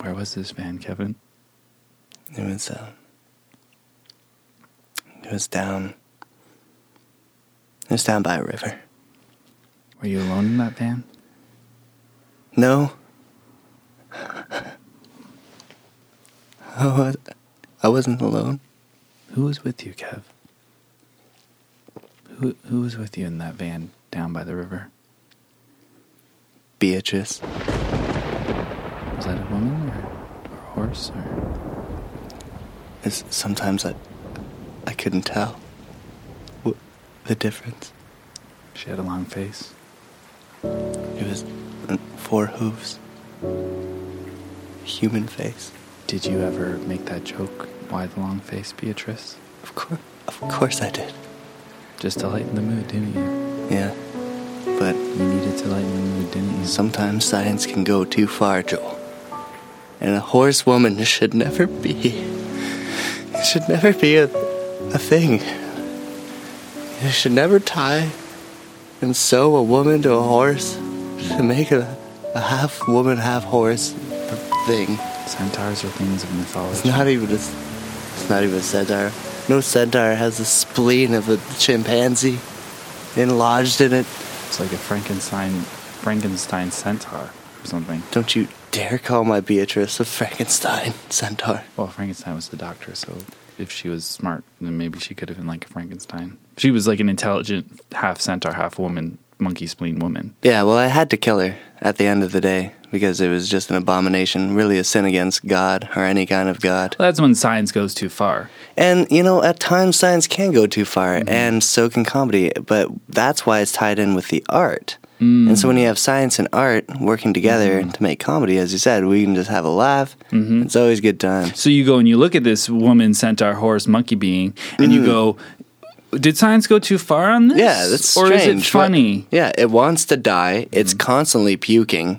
Where was this van, Kevin?
It was uh, it was down. It was down by a river.
Were you alone in that van?
No. I was, I wasn't alone.
Who was with you, Kev? Who who was with you in that van down by the river?
Beatrice.
Was that a woman or, or a horse or
It's, sometimes I, I couldn't tell. What, the difference.
she had a long face?
It was uh, four hooves. Human face.
Did you ever make that joke? Why the long face, Beatrice?
Of course, of course I did.
Just to lighten the mood, didn't you?
Yeah, but
You needed to lighten the mood, didn't you?
Sometimes science can go too far, Joel. And a horse woman should never be. It should never be a, a thing. You should never tie and sew a woman to a horse to make a, a half woman, half horse thing.
Centaurs are things of
It's
mythology.
not even a, s- it's not even a centaur. No centaur has the spleen of a chimpanzee enlodged in it.
It's like a Frankenstein Frankenstein centaur or something.
Don't you dare call my Beatrice a Frankenstein centaur.
Well, Frankenstein was the doctor, so if she was smart, then maybe she could have been like a Frankenstein. She was like an intelligent half centaur, half woman, monkey spleen woman.
Yeah, well, I had to kill her at the end of the day because it was just an abomination, really a sin against God or any kind of God.
Well, that's when science goes too far.
And, you know, at times science can go too far,
Mm-hmm.
and so can comedy, but that's why it's tied in with the art.
Mm.
And so when you have science and art working together
Mm-hmm.
to make comedy, as you said, we can just have a laugh. It's always good times.
So you go and you look at this woman, centaur, horse, monkey being, and you go, did science go too far on this?
Mm. Yeah, that's
or is
strange.
it
but-
funny? Mm-hmm.
yeah, it wants to die. It's constantly puking.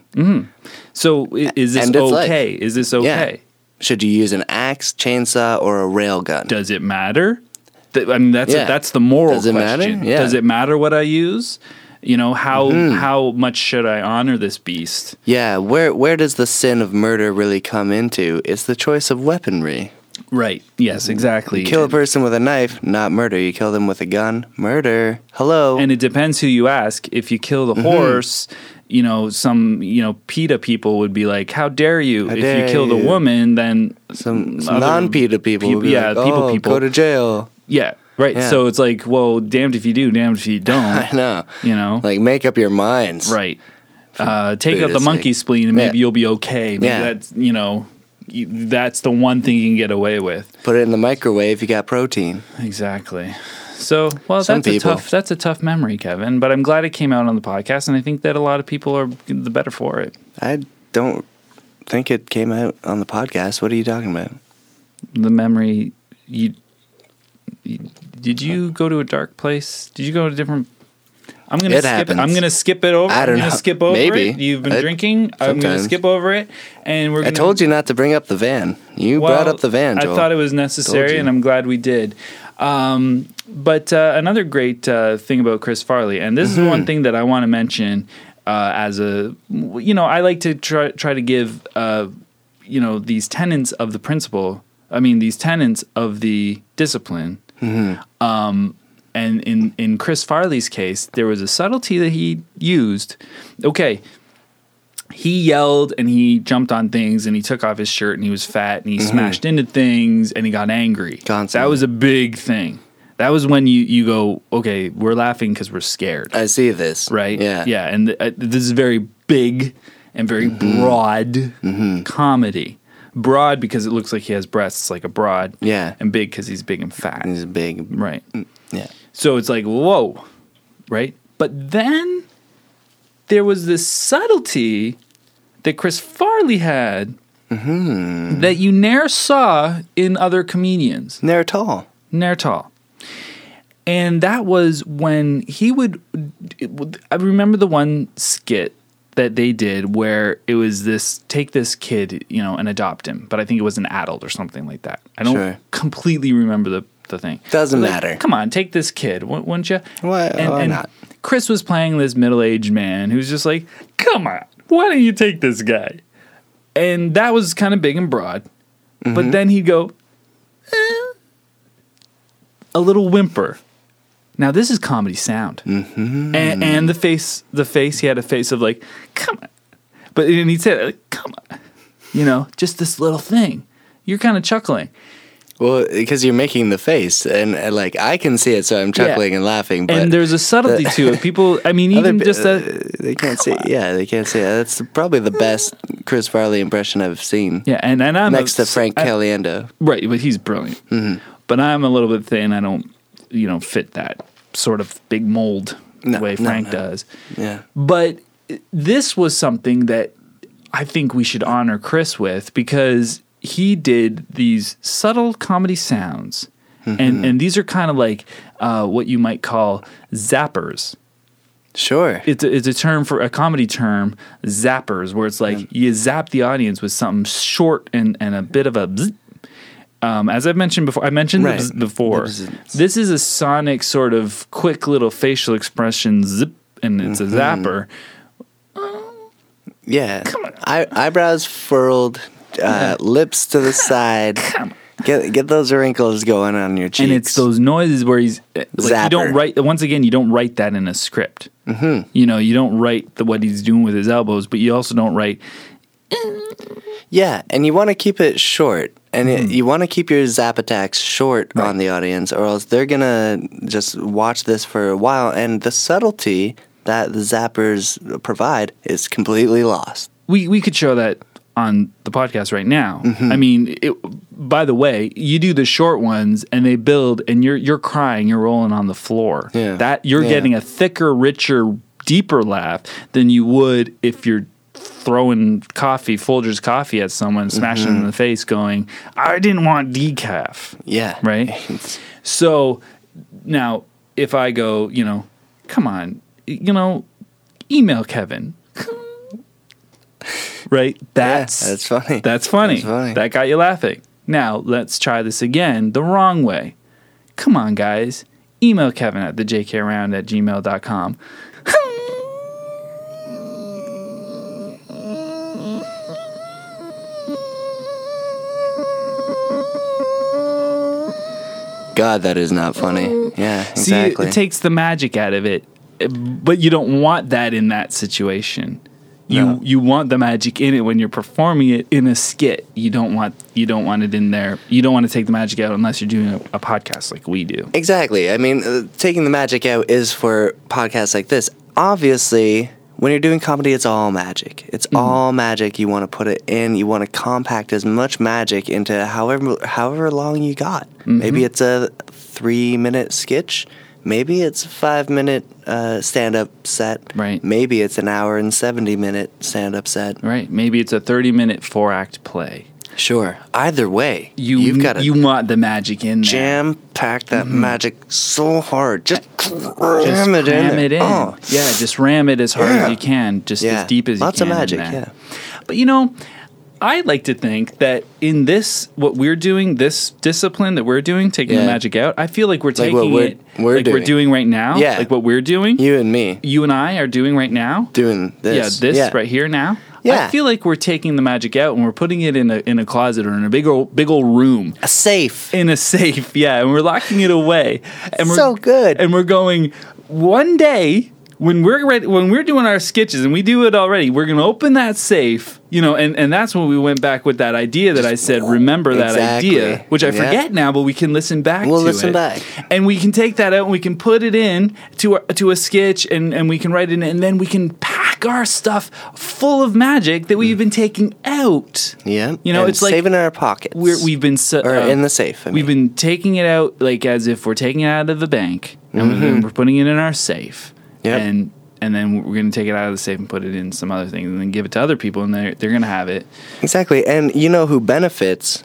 So i- is this
And it's like-
okay? is this
Yeah.
okay?
Should you use an axe, chainsaw, or a rail gun?
Does it matter? Th- I mean, that's
Yeah.
that's the moral
Does it matter?
question.
Yeah. Hmm.
Does it matter what I use? You know how how much should I honor this beast?
yeah, where where does the sin of murder really come into? It's the choice of weaponry.
Right. Yes. Exactly.
Kill a person with a knife, not murder. You kill them with a gun, murder. Hello.
and it depends who you ask. If you kill
Mm-hmm.
the horse, you know, some you know PETA people would be like, "How dare you!" if
dare
you kill the
you."
woman, then
some some
other
non-PETA people,
peop-
will be
yeah,
like,
people,
"Oh,
people."
go to jail.
yeah, right.
Yeah.
So it's like, well, damned if you do, damned if you don't.
I know.
you know,
Like, make up your minds.
right? Uh, take out the
Buddha's
monkey
sake.
spleen, and maybe
Yeah.
you'll be okay. Maybe
Yeah.
that's you know, you, that's the one thing you can get away with.
Put it in the microwave. You got protein.
Exactly. So, well,
Some
that's a
people.
tough that's a tough memory, Kevin. But I'm glad it came out on the podcast, and I think that a lot of people are the better for it.
I don't think it came out on the podcast. What are you talking about?
the memory you, you- did
Uh,
you go to a dark place did you go to a different i'm gonna
It
skip
happens.
i'm gonna skip it over
I don't
am gonna
know.
skip over
Maybe.
it you've been
I-
drinking i'm gonna
sometimes.
skip over it and we're
I
gonna
told you not to bring up the van. You brought up the van. Joel.
I thought it was necessary,
you.
and I'm glad we did. Um, but uh, another great uh, thing about Chris Farley, and this
Mm-hmm.
is one thing that I want to mention uh, as a, you know, I like to try try to give, uh, you know, these tenets of the principle. I mean, these tenets of the discipline. Um, and in in Chris Farley's case, there was a subtlety that he used. Okay, he yelled and he jumped on things and he took off his shirt and he was fat and he smashed into things and he got angry.
Mm-hmm. Constantly.
That was a big thing. That was when you you go, okay, we're laughing because we're scared,
I see this.
right?
Yeah.
yeah. And th- uh, this is very big and very
Mm-hmm.
broad comedy. Broad because it looks like he has breasts like a broad.
Yeah.
And big because he's big and fat.
He's big.
Right.
Yeah.
So it's like, whoa, right? But then there was this subtlety that Chris Farley had that you ne'er saw in other comedians,
They're tall.
ne'er tall. And that was when he would. I remember the one skit that they did where it was this take this kid, you know, and adopt him. But I think it was an adult or something like that. I don't
Sure.
completely remember the, the thing.
Doesn't
Like,
matter.
Come on, take this kid, wou- wouldn't you?
Why- why not?
Chris was playing this middle aged man who's just like, come on, why don't you take this guy? And that was kind of big and broad.
Mm-hmm.
But then he'd go, "Eh," a little whimper. Now this is comedy sound, mm-hmm. and, and the face, the face he had a face of like, come on, but and he'd say, like, come on, you know, just this little thing. You're kind of chuckling,
Well, because you're making the face, and uh, like I can see it, so I'm chuckling and laughing. But
and there's a subtlety to it. People, I mean, even
pe-
just
uh,
that.
they can't see. Yeah, they can't see. it. That's probably the best Chris Farley impression I've seen.
Yeah, and, and I'm
Next
a-
to Frank Mm-hmm.
I-
Caliendo.
right? But he's brilliant. But I'm a little bit thin. I don't, you know, fit that sort of big mold the
No,
way
no,
Frank
no.
does.
Yeah.
But this was something that I think we should honor Chris with because he did these subtle comedy sounds.
Mm-hmm.
And, and these are kind of like uh, what you might call zappers.
Sure.
It's a, it's a term for a comedy term, zappers, where it's like you zap the audience with something short and, and a bit of a bzzz. Um, as I've mentioned before, I mentioned the
Right.
bzz before.
The bzzz.
This is a sonic sort of quick little facial expression zip, and it's a zapper.
Yeah. I, eyebrows furled, uh, lips to the side. Get get those wrinkles going on your cheeks.
and it's those noises where he's uh, like you don't
Zapper.
write once again you don't write that in a script mm-hmm. you know you don't write the, what he's doing with his elbows but you also don't write
Yeah, and you want to keep it short. And it,
Mm-hmm.
you want to keep your zap attacks short on the audience, or else they're going to just watch this for a while. And the subtlety that the zappers provide is completely lost.
we we could show that on the podcast right now
Mm-hmm.
i mean it, by the way you do the short ones and they build and you're you're crying you're rolling on the floor
Yeah.
that you're
Yeah.
getting a thicker richer deeper laugh than you would if you're throwing coffee folgers coffee at someone smashing
Mm-hmm.
them in the face going i didn't want decaf
Yeah.
right? so now, if I go, you know, come on, you know, email Kevin, right? That's
that's funny.
That's funny.
That's funny.
That got you laughing. Now let's try this again the wrong way. Come on, guys. Email Kevin at the jkround at gmail.com.
God, that is not funny. Yeah, exactly.
Mm. See, it takes the magic out of it, but you don't want that in that situation. You
No.
you want the magic in it when you're performing it in a skit. You don't want you don't want it in there. You don't want to take the magic out unless you're doing a, a podcast like we do.
Exactly. I mean, uh, taking the magic out is for podcasts like this. Obviously, when you're doing comedy, it's all magic. It's
Mm-hmm.
all magic. You want to put it in. You want to compact as much magic into however however long you got.
Mm-hmm.
Maybe it's a three minute sketch. Maybe it's a five minute uh, stand up set.
Right.
Maybe it's an hour and seventy minute stand up set.
Right? Maybe it's a 30 minute four act play.
Sure. Either way,
You
you have got to
you want the magic in there.
jam pack that magic so hard. Just,
Mm-hmm. Just
jam it in.
ram
there.
it in.
Oh.
Yeah, just ram it as hard
Yeah.
as you can, just
Yeah.
as deep as
Lots
you
of
can. in
magic,
there.
yeah.
But you know, I like to think that in this, what we're doing, this discipline that we're doing, taking the
Yeah.
magic out, I feel like we're
Like
taking
what we're-
it
we're
like we're
doing.
doing right now.
Yeah.
Like what we're doing, you,
You and me
and I are doing right now.
doing this.
Yeah, this right here now.
Yeah.
I feel like we're taking the magic out and we're putting it in a in a closet or in a big old big old room
A safe.
in a safe, yeah, and we're locking it away. And we're
So good.
And we're going one day when we're ready, when we're doing our sketches and we do it already, we're gonna open that safe, you know, and, and that's when we went back with that idea that I said, remember that
Exactly.
idea, which I
Yeah.
forget now, but we can listen back.
We'll
to
listen
it.
back.
and we can take that out and we can put it in to a, to a sketch and and we can write it in, and then we can pack our stuff full of magic that we've been taking out.
Mm. Yeah.
you know,
and
it's like
saving in our pockets.
we're, we've been so,
Or in the safe, I
we've been taking it out like as if we're taking it out of the bank and we've been- we're putting it in our safe.
Mm-hmm. Yep.
And and then we're going to take it out of the safe and put it in some other thing and then give it to other people and they're, they're going to have it.
exactly. And you know who benefits?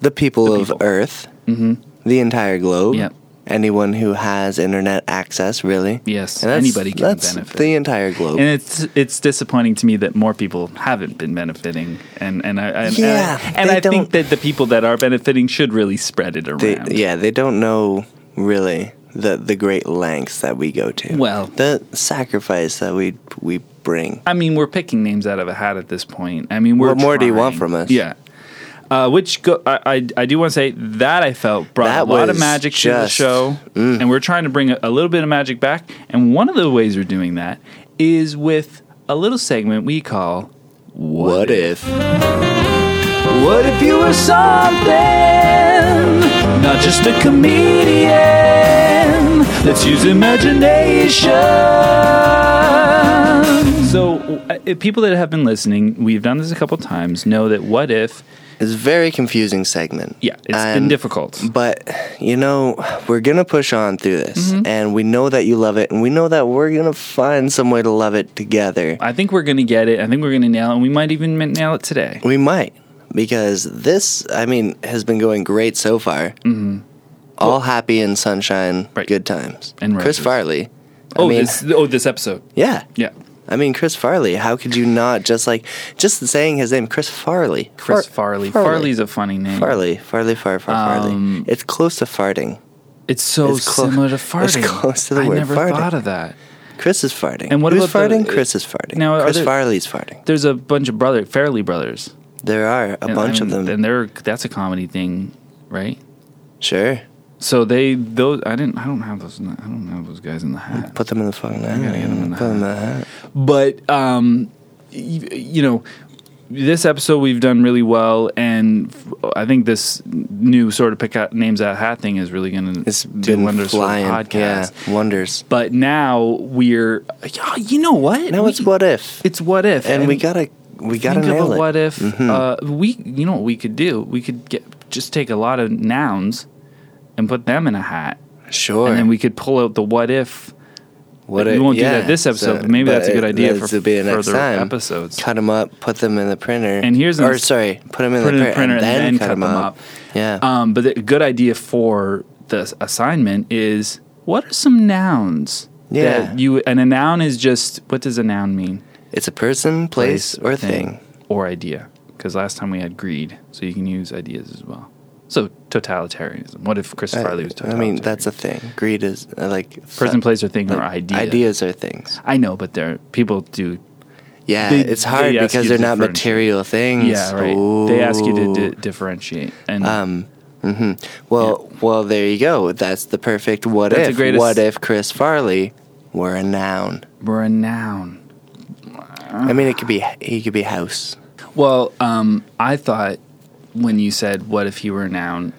The people of
people.
Earth, mm-hmm. the entire globe.
Yep.
Anyone who has internet access, really.
Yes,
And that's-
anybody can
that's
benefit.
The entire globe.
And it's it's disappointing to me that more people haven't been benefiting, and and I and,
Yeah,
and I, and
they
I think
don't-
that the people that are benefiting should really spread it around.
they, yeah, they don't know really the the great lengths that we go to.
Well-
the sacrifice that we we bring.
I mean, we're picking names out of a hat at this point. I mean, we're
What more do you want
trying.
from us?
Yeah. Uh, which go, I, I I do want to say that I felt brought
That
a lot of
was
magic to the
just- mm.
show, and we're trying to bring a, a little bit of magic back. And one of the ways we're doing that is with a little segment we call
What if?
What if you were something, not just a comedian? Let's use imagination. So, uh, if people that have been listening, we've done this a couple times, know that what if,
It's a very confusing segment.
yeah, it's been
And-
difficult.
But you know, we're gonna push on through this,
Mm-hmm.
and we know that you love it, and we know that we're gonna find some way to love it together.
I think we're going to get it. I think we're going to nail it. And we might even ma- nail it today.
We might because this, I mean, has been going great so far. Mm-hmm. All happy and sunshine,
Right.
good times.
And
Chris
roses.
Farley.
Oh,
I mean,
this, oh, this episode.
yeah,
Yeah.
I mean, Chris Farley. How could you not just like just saying his name, Chris Farley?
Chris
Far-
Farley. Farley's a funny name.
Farley. Farley. Far. Far. Farley.
Um,
it's close to farting.
It's so
It's clo-
similar to
it's
farting.
close to the
I
word
never
farting.
thought of that.
Chris is farting.
And what
Who's
about the-
farting? Chris is farting.
Now, are
Chris
there-
Farley's farting.
There's a bunch of brother, Fairley brothers.
There are a
And, I
bunch
mean,
of them.
And they're that's a comedy thing, right?
sure,
So they those I didn't I don't have those in the- I don't have those guys in the hat.
put them in the fucking. I
gotta get them in the
Put them in the hat.
But um, y- you know, this episode we've done really well, and I think this new sort of pick out names out of hat thing is really going to
It's
do
been
wonders
flying.
for the podcast.
Yeah, wonders.
But now we're yeah, you know what
Now
We-
it's what if,
it's what if
and we gotta we gotta
think
nail
of a
it. Mm-hmm.
what if uh, we you know what we could do we could get just take a lot of nouns and put them in a hat
Sure.
and then we could pull out the what if
What
We
if-
won't do that this episode, but maybe that's a good
it-
idea
that's
for
to be the next
further
time.
episodes.
Cut them up, put them in the printer,
And here's an-
or sorry, put them in,
put
the,
it in the printer and then, cut,
'em
them up,
Yeah,
um, but the good idea for the assignment is what are some nouns
Yeah.
that you and a noun is just what does a noun mean
it's a person, place, or thing.
or idea. Because last time we had greed, so you can use ideas as well. So totalitarianism. What if Chris
I,
Farley was
I
totalitarian?
mean, that's a thing. Greed is uh, like
person,
thought-
place, or thing, or
like,
idea.
Ideas are things.
I know, but there people do.
Yeah,
They-
it's hard
they ask
because
you
they're
to
not
differentiate.
material things.
Yeah, right. They ask you to
Ooh.
di- differentiate, and
Um, hmm Well, well, there you go. That's the perfect what
That's the
if.
greatest-
What if Chris Farley were a noun?
we're a noun.
I mean, it could be he could be house.
Well, um, I thought when you said "what if he were a noun,"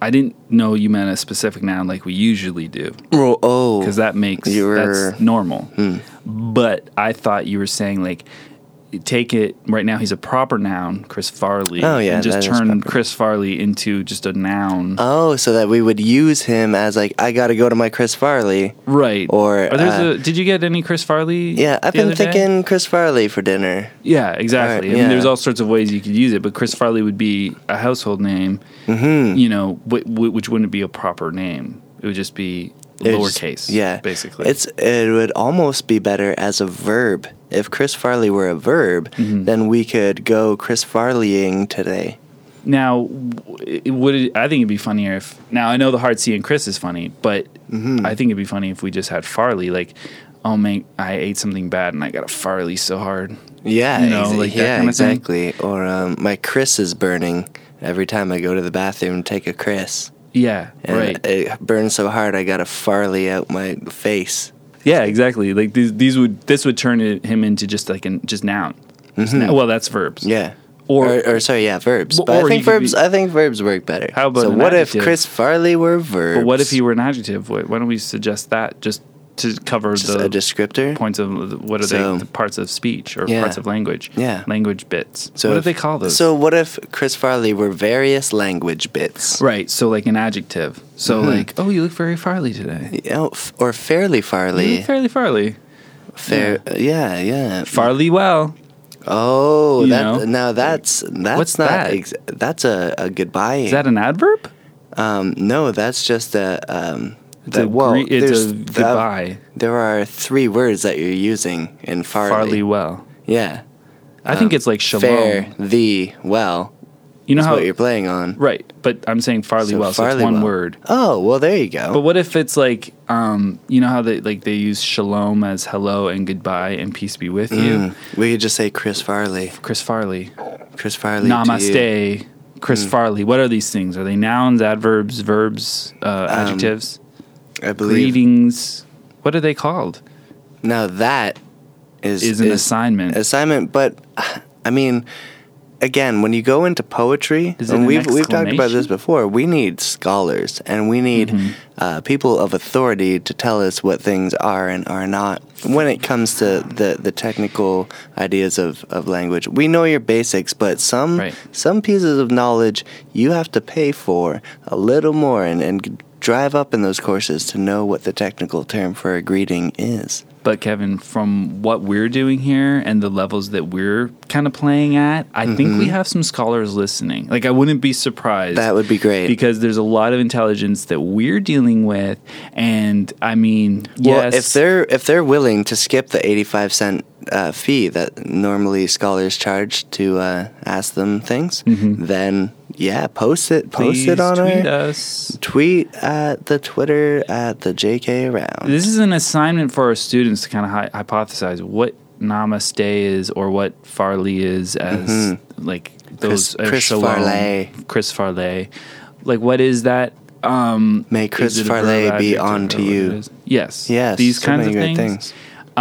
I didn't know you meant a specific noun like we usually do.
Oh, oh,
because that makes
You were- Hmm.
that's normal. But I thought you were saying like take it right now. He's a proper noun, Chris Farley.
Oh, yeah,
and just
that is
turn
proper.
Chris Farley into just a noun,
oh, so that we would use him as like I got to go to my Chris Farley.
right?
or,
Are there's
uh,
a, did you get any Chris Farley?
Yeah, I've
the
been
other day?
thinking Chris Farley for dinner.
Yeah, exactly.
Alright,
I mean,
yeah.
there's all sorts of ways you could use it, but Chris Farley would be a household name. Mm-hmm. You know, w- w- which wouldn't be a proper name. It would just be
It was-
lowercase.
yeah,
basically.
It's it would almost be better as a verb. If Chris Farley were a verb,
Mm-hmm.
then we could go Chris Farleying today.
Now, w- it would it, I think it'd be funnier if now I know the hard C and Chris is funny, but I think it'd be funny if we just had Farley like, oh man, I ate something bad and I got a Farley so hard.
Yeah,
You know,
exa-
like that
yeah,
kind of thing.
exactly. Or um, my Chris is burning every time I go to the bathroom. Take a Chris,
Yeah,
and
right.
it burns so hard I got a Farley out my face.
yeah, exactly. Like these, these would this would turn it, him into just like an just noun. Just nou- well, that's verbs.
Yeah,
Or-
or or, sorry, yeah, verbs.
Or-
But
or
I
he
think
could
verbs.
be-
I think verbs work better.
How about
so?
an
What
adjective?
if Chris Farley were verbs?
But what if he were an adjective? Why why don't we suggest that just to cover
just
the
a descriptor?
points of the- what are
So-
they the parts of speech or
Yeah.
parts of language?
Yeah.
language bits. what do
if-
they call those?
So what if Chris Farley were various language bits?
Right. So like an adjective. So like, oh, you look very farly today.
You know, oh, f- or fairly
You
Farley.
look fairly farly.
Fair, uh, yeah, yeah.
Farly well.
Oh,
You
that
know?
now that's that's
What's
not
that?
Ex- that's a, a goodbye.
Is that an adverb?
um, no, that's just a um.
It's a
that- well,
gre- it's
there's
a
that-
goodbye.
there are three words that you're using in Farley.
Farly well.
Yeah,
I think it's like shalom.
Um, fair, the well.
you know
That's
how
what you're playing on.
right, but I'm saying farly well, so it's
Farley
one
well.
word.
Oh well, there you
But
go.
what if it's like um, you know how they like they use shalom as hello and goodbye and peace be with you.
Mm. we could just say Chris Farley.
Chris Farley.
Chris Farley. to you.
Namaste.
Mm.
Chris Farley. What are these things? Are they nouns, adverbs, verbs, uh, adjectives?
I Um, believe.
Greetings. What are they called?
Now that is
Is an assignment.
Assignment, but I mean, again, when you go into poetry,
Is it
and
an
we've we've talked about this
exclamation? Mm-hmm.
before, we need scholars and we need uh, people of authority to tell us what things are and are not. When it comes to the, the technical ideas of, of language, we know your basics, but some
Right.
some pieces of knowledge you have to pay for a little more and, and drive up in those courses to know what the technical term for a greeting is.
But Kevin, from what we're doing here and the levels that we're kind of playing at, I think we have some scholars listening. Like I wouldn't be surprised.
Mm-hmm. That would be great.
because there's a lot of intelligence that we're dealing with and I mean,
Well,
yes,
if they're if they're willing to skip the eighty-five cent uh, fee that normally scholars charge to uh, ask them things, then yeah, post it,
Mm-hmm.
post
please
it on
tweet
our
us.
tweet at the Twitter at the JK round.
This is an assignment for our students to kind of hy- hypothesize what namaste is or what farley is as like those uh,
Mm-hmm. Chris
shalom,
Farley.
chris farley like what is that
May Chris
Is it a
Farley
verb,
be
adjective,
on
or
to
what it
you.
is? Yes.
Yes,
These
so
kinds of
many
things.
great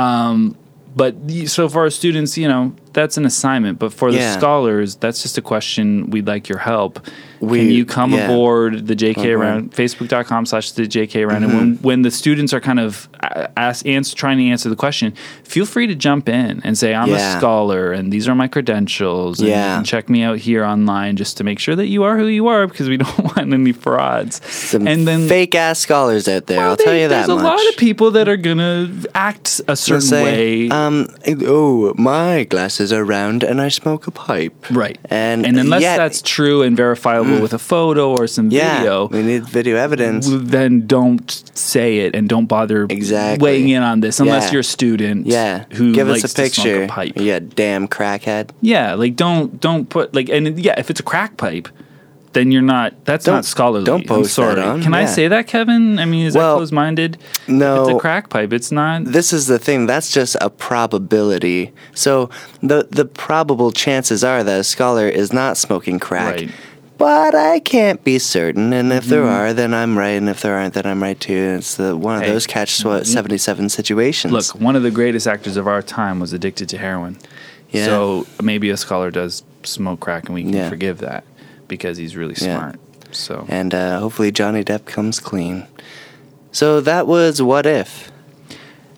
But y- so for our students, you know, that's an assignment. But for
Yeah.
the scholars, that's just a question. We'd like your help. Can
We-
you come
yeah.
aboard the JK
aboard. Mm-hmm.
round, facebook.com slash the JK round? And when, when the students are kind of uh, ask, ans trying to answer the question, feel free to jump in and say, I'm a
Yeah.
scholar and these are my credentials. And you
Yeah.
can check me out here online just to make sure that you are who you are because we don't want any frauds.
Some
and then
fake ass scholars out there. I'll
well,
tell
they-
you that
There's
much.
a lot of people that are gonna act a
They'll
certain
say,
way.
Um, oh, my glasses are round and I smoke a pipe.
Right,
And,
and unless
yet- Mm.
that's true and verifiable it with a photo or some
Yeah,
video,
we need video evidence.
then don't say it and don't bother
Exactly.
weighing in on this unless
Yeah.
you're a student
Yeah,
who
give
likes
us a picture.
to smoke a pipe. Yeah.
Yeah, damn crackhead.
like don't don't put like and yeah, if it's a crack pipe, then you're not that's
Don't-
not scholarly.
don't
I'm
post
sorry.
that on,
Can I
yeah.
say that, Kevin? I mean, is
Well,
that closed minded?
no.
It's a crack pipe. It's not
This is the thing. That's just a probability. So the the probable chances are that a scholar is not smoking crack.
Right. Mm-hmm.
But I can't be certain, and if there are, then I'm right, and if there aren't, then I'm right too. And it's the, one of
Hey. Mm-hmm.
those catch sw- seventy-seven situations.
Look, one of the greatest actors of our time was addicted to heroin.
Yeah.
So maybe a scholar does smoke crack and we can
Yeah.
forgive that because he's really
Yeah.
smart. So
and uh, hopefully Johnny Depp comes clean. So that was what if.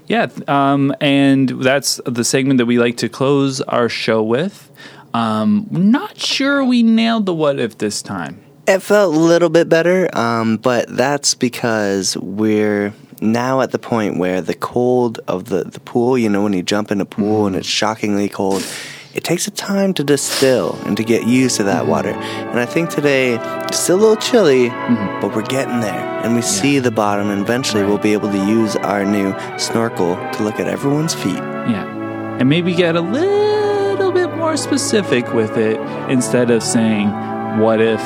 Yeah, th- um, and that's the segment that we like to close our show with. Um, not sure we nailed the what if this time.
It felt a little bit better, um, but that's because we're now at the point where the cold of the, the pool, you know, when you jump in a pool and it's shockingly cold, it takes a time to distill and to get used to that water. And I think today it's still a little chilly, but we're getting there. And we see the bottom, and eventually we'll be able to use our new snorkel to look at everyone's feet.
Yeah, and maybe get a little bit more specific with it instead of saying what if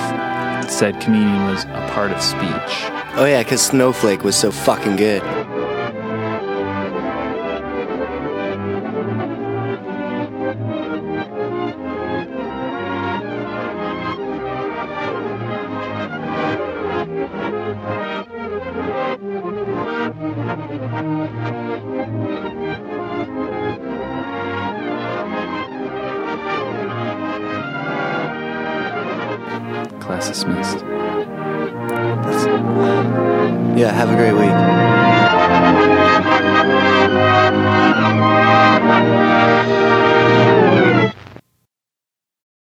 said comedian was a part of speech.
Oh, yeah, because Snowflake was so fucking good.
Class dismissed.
Yeah, have a great week.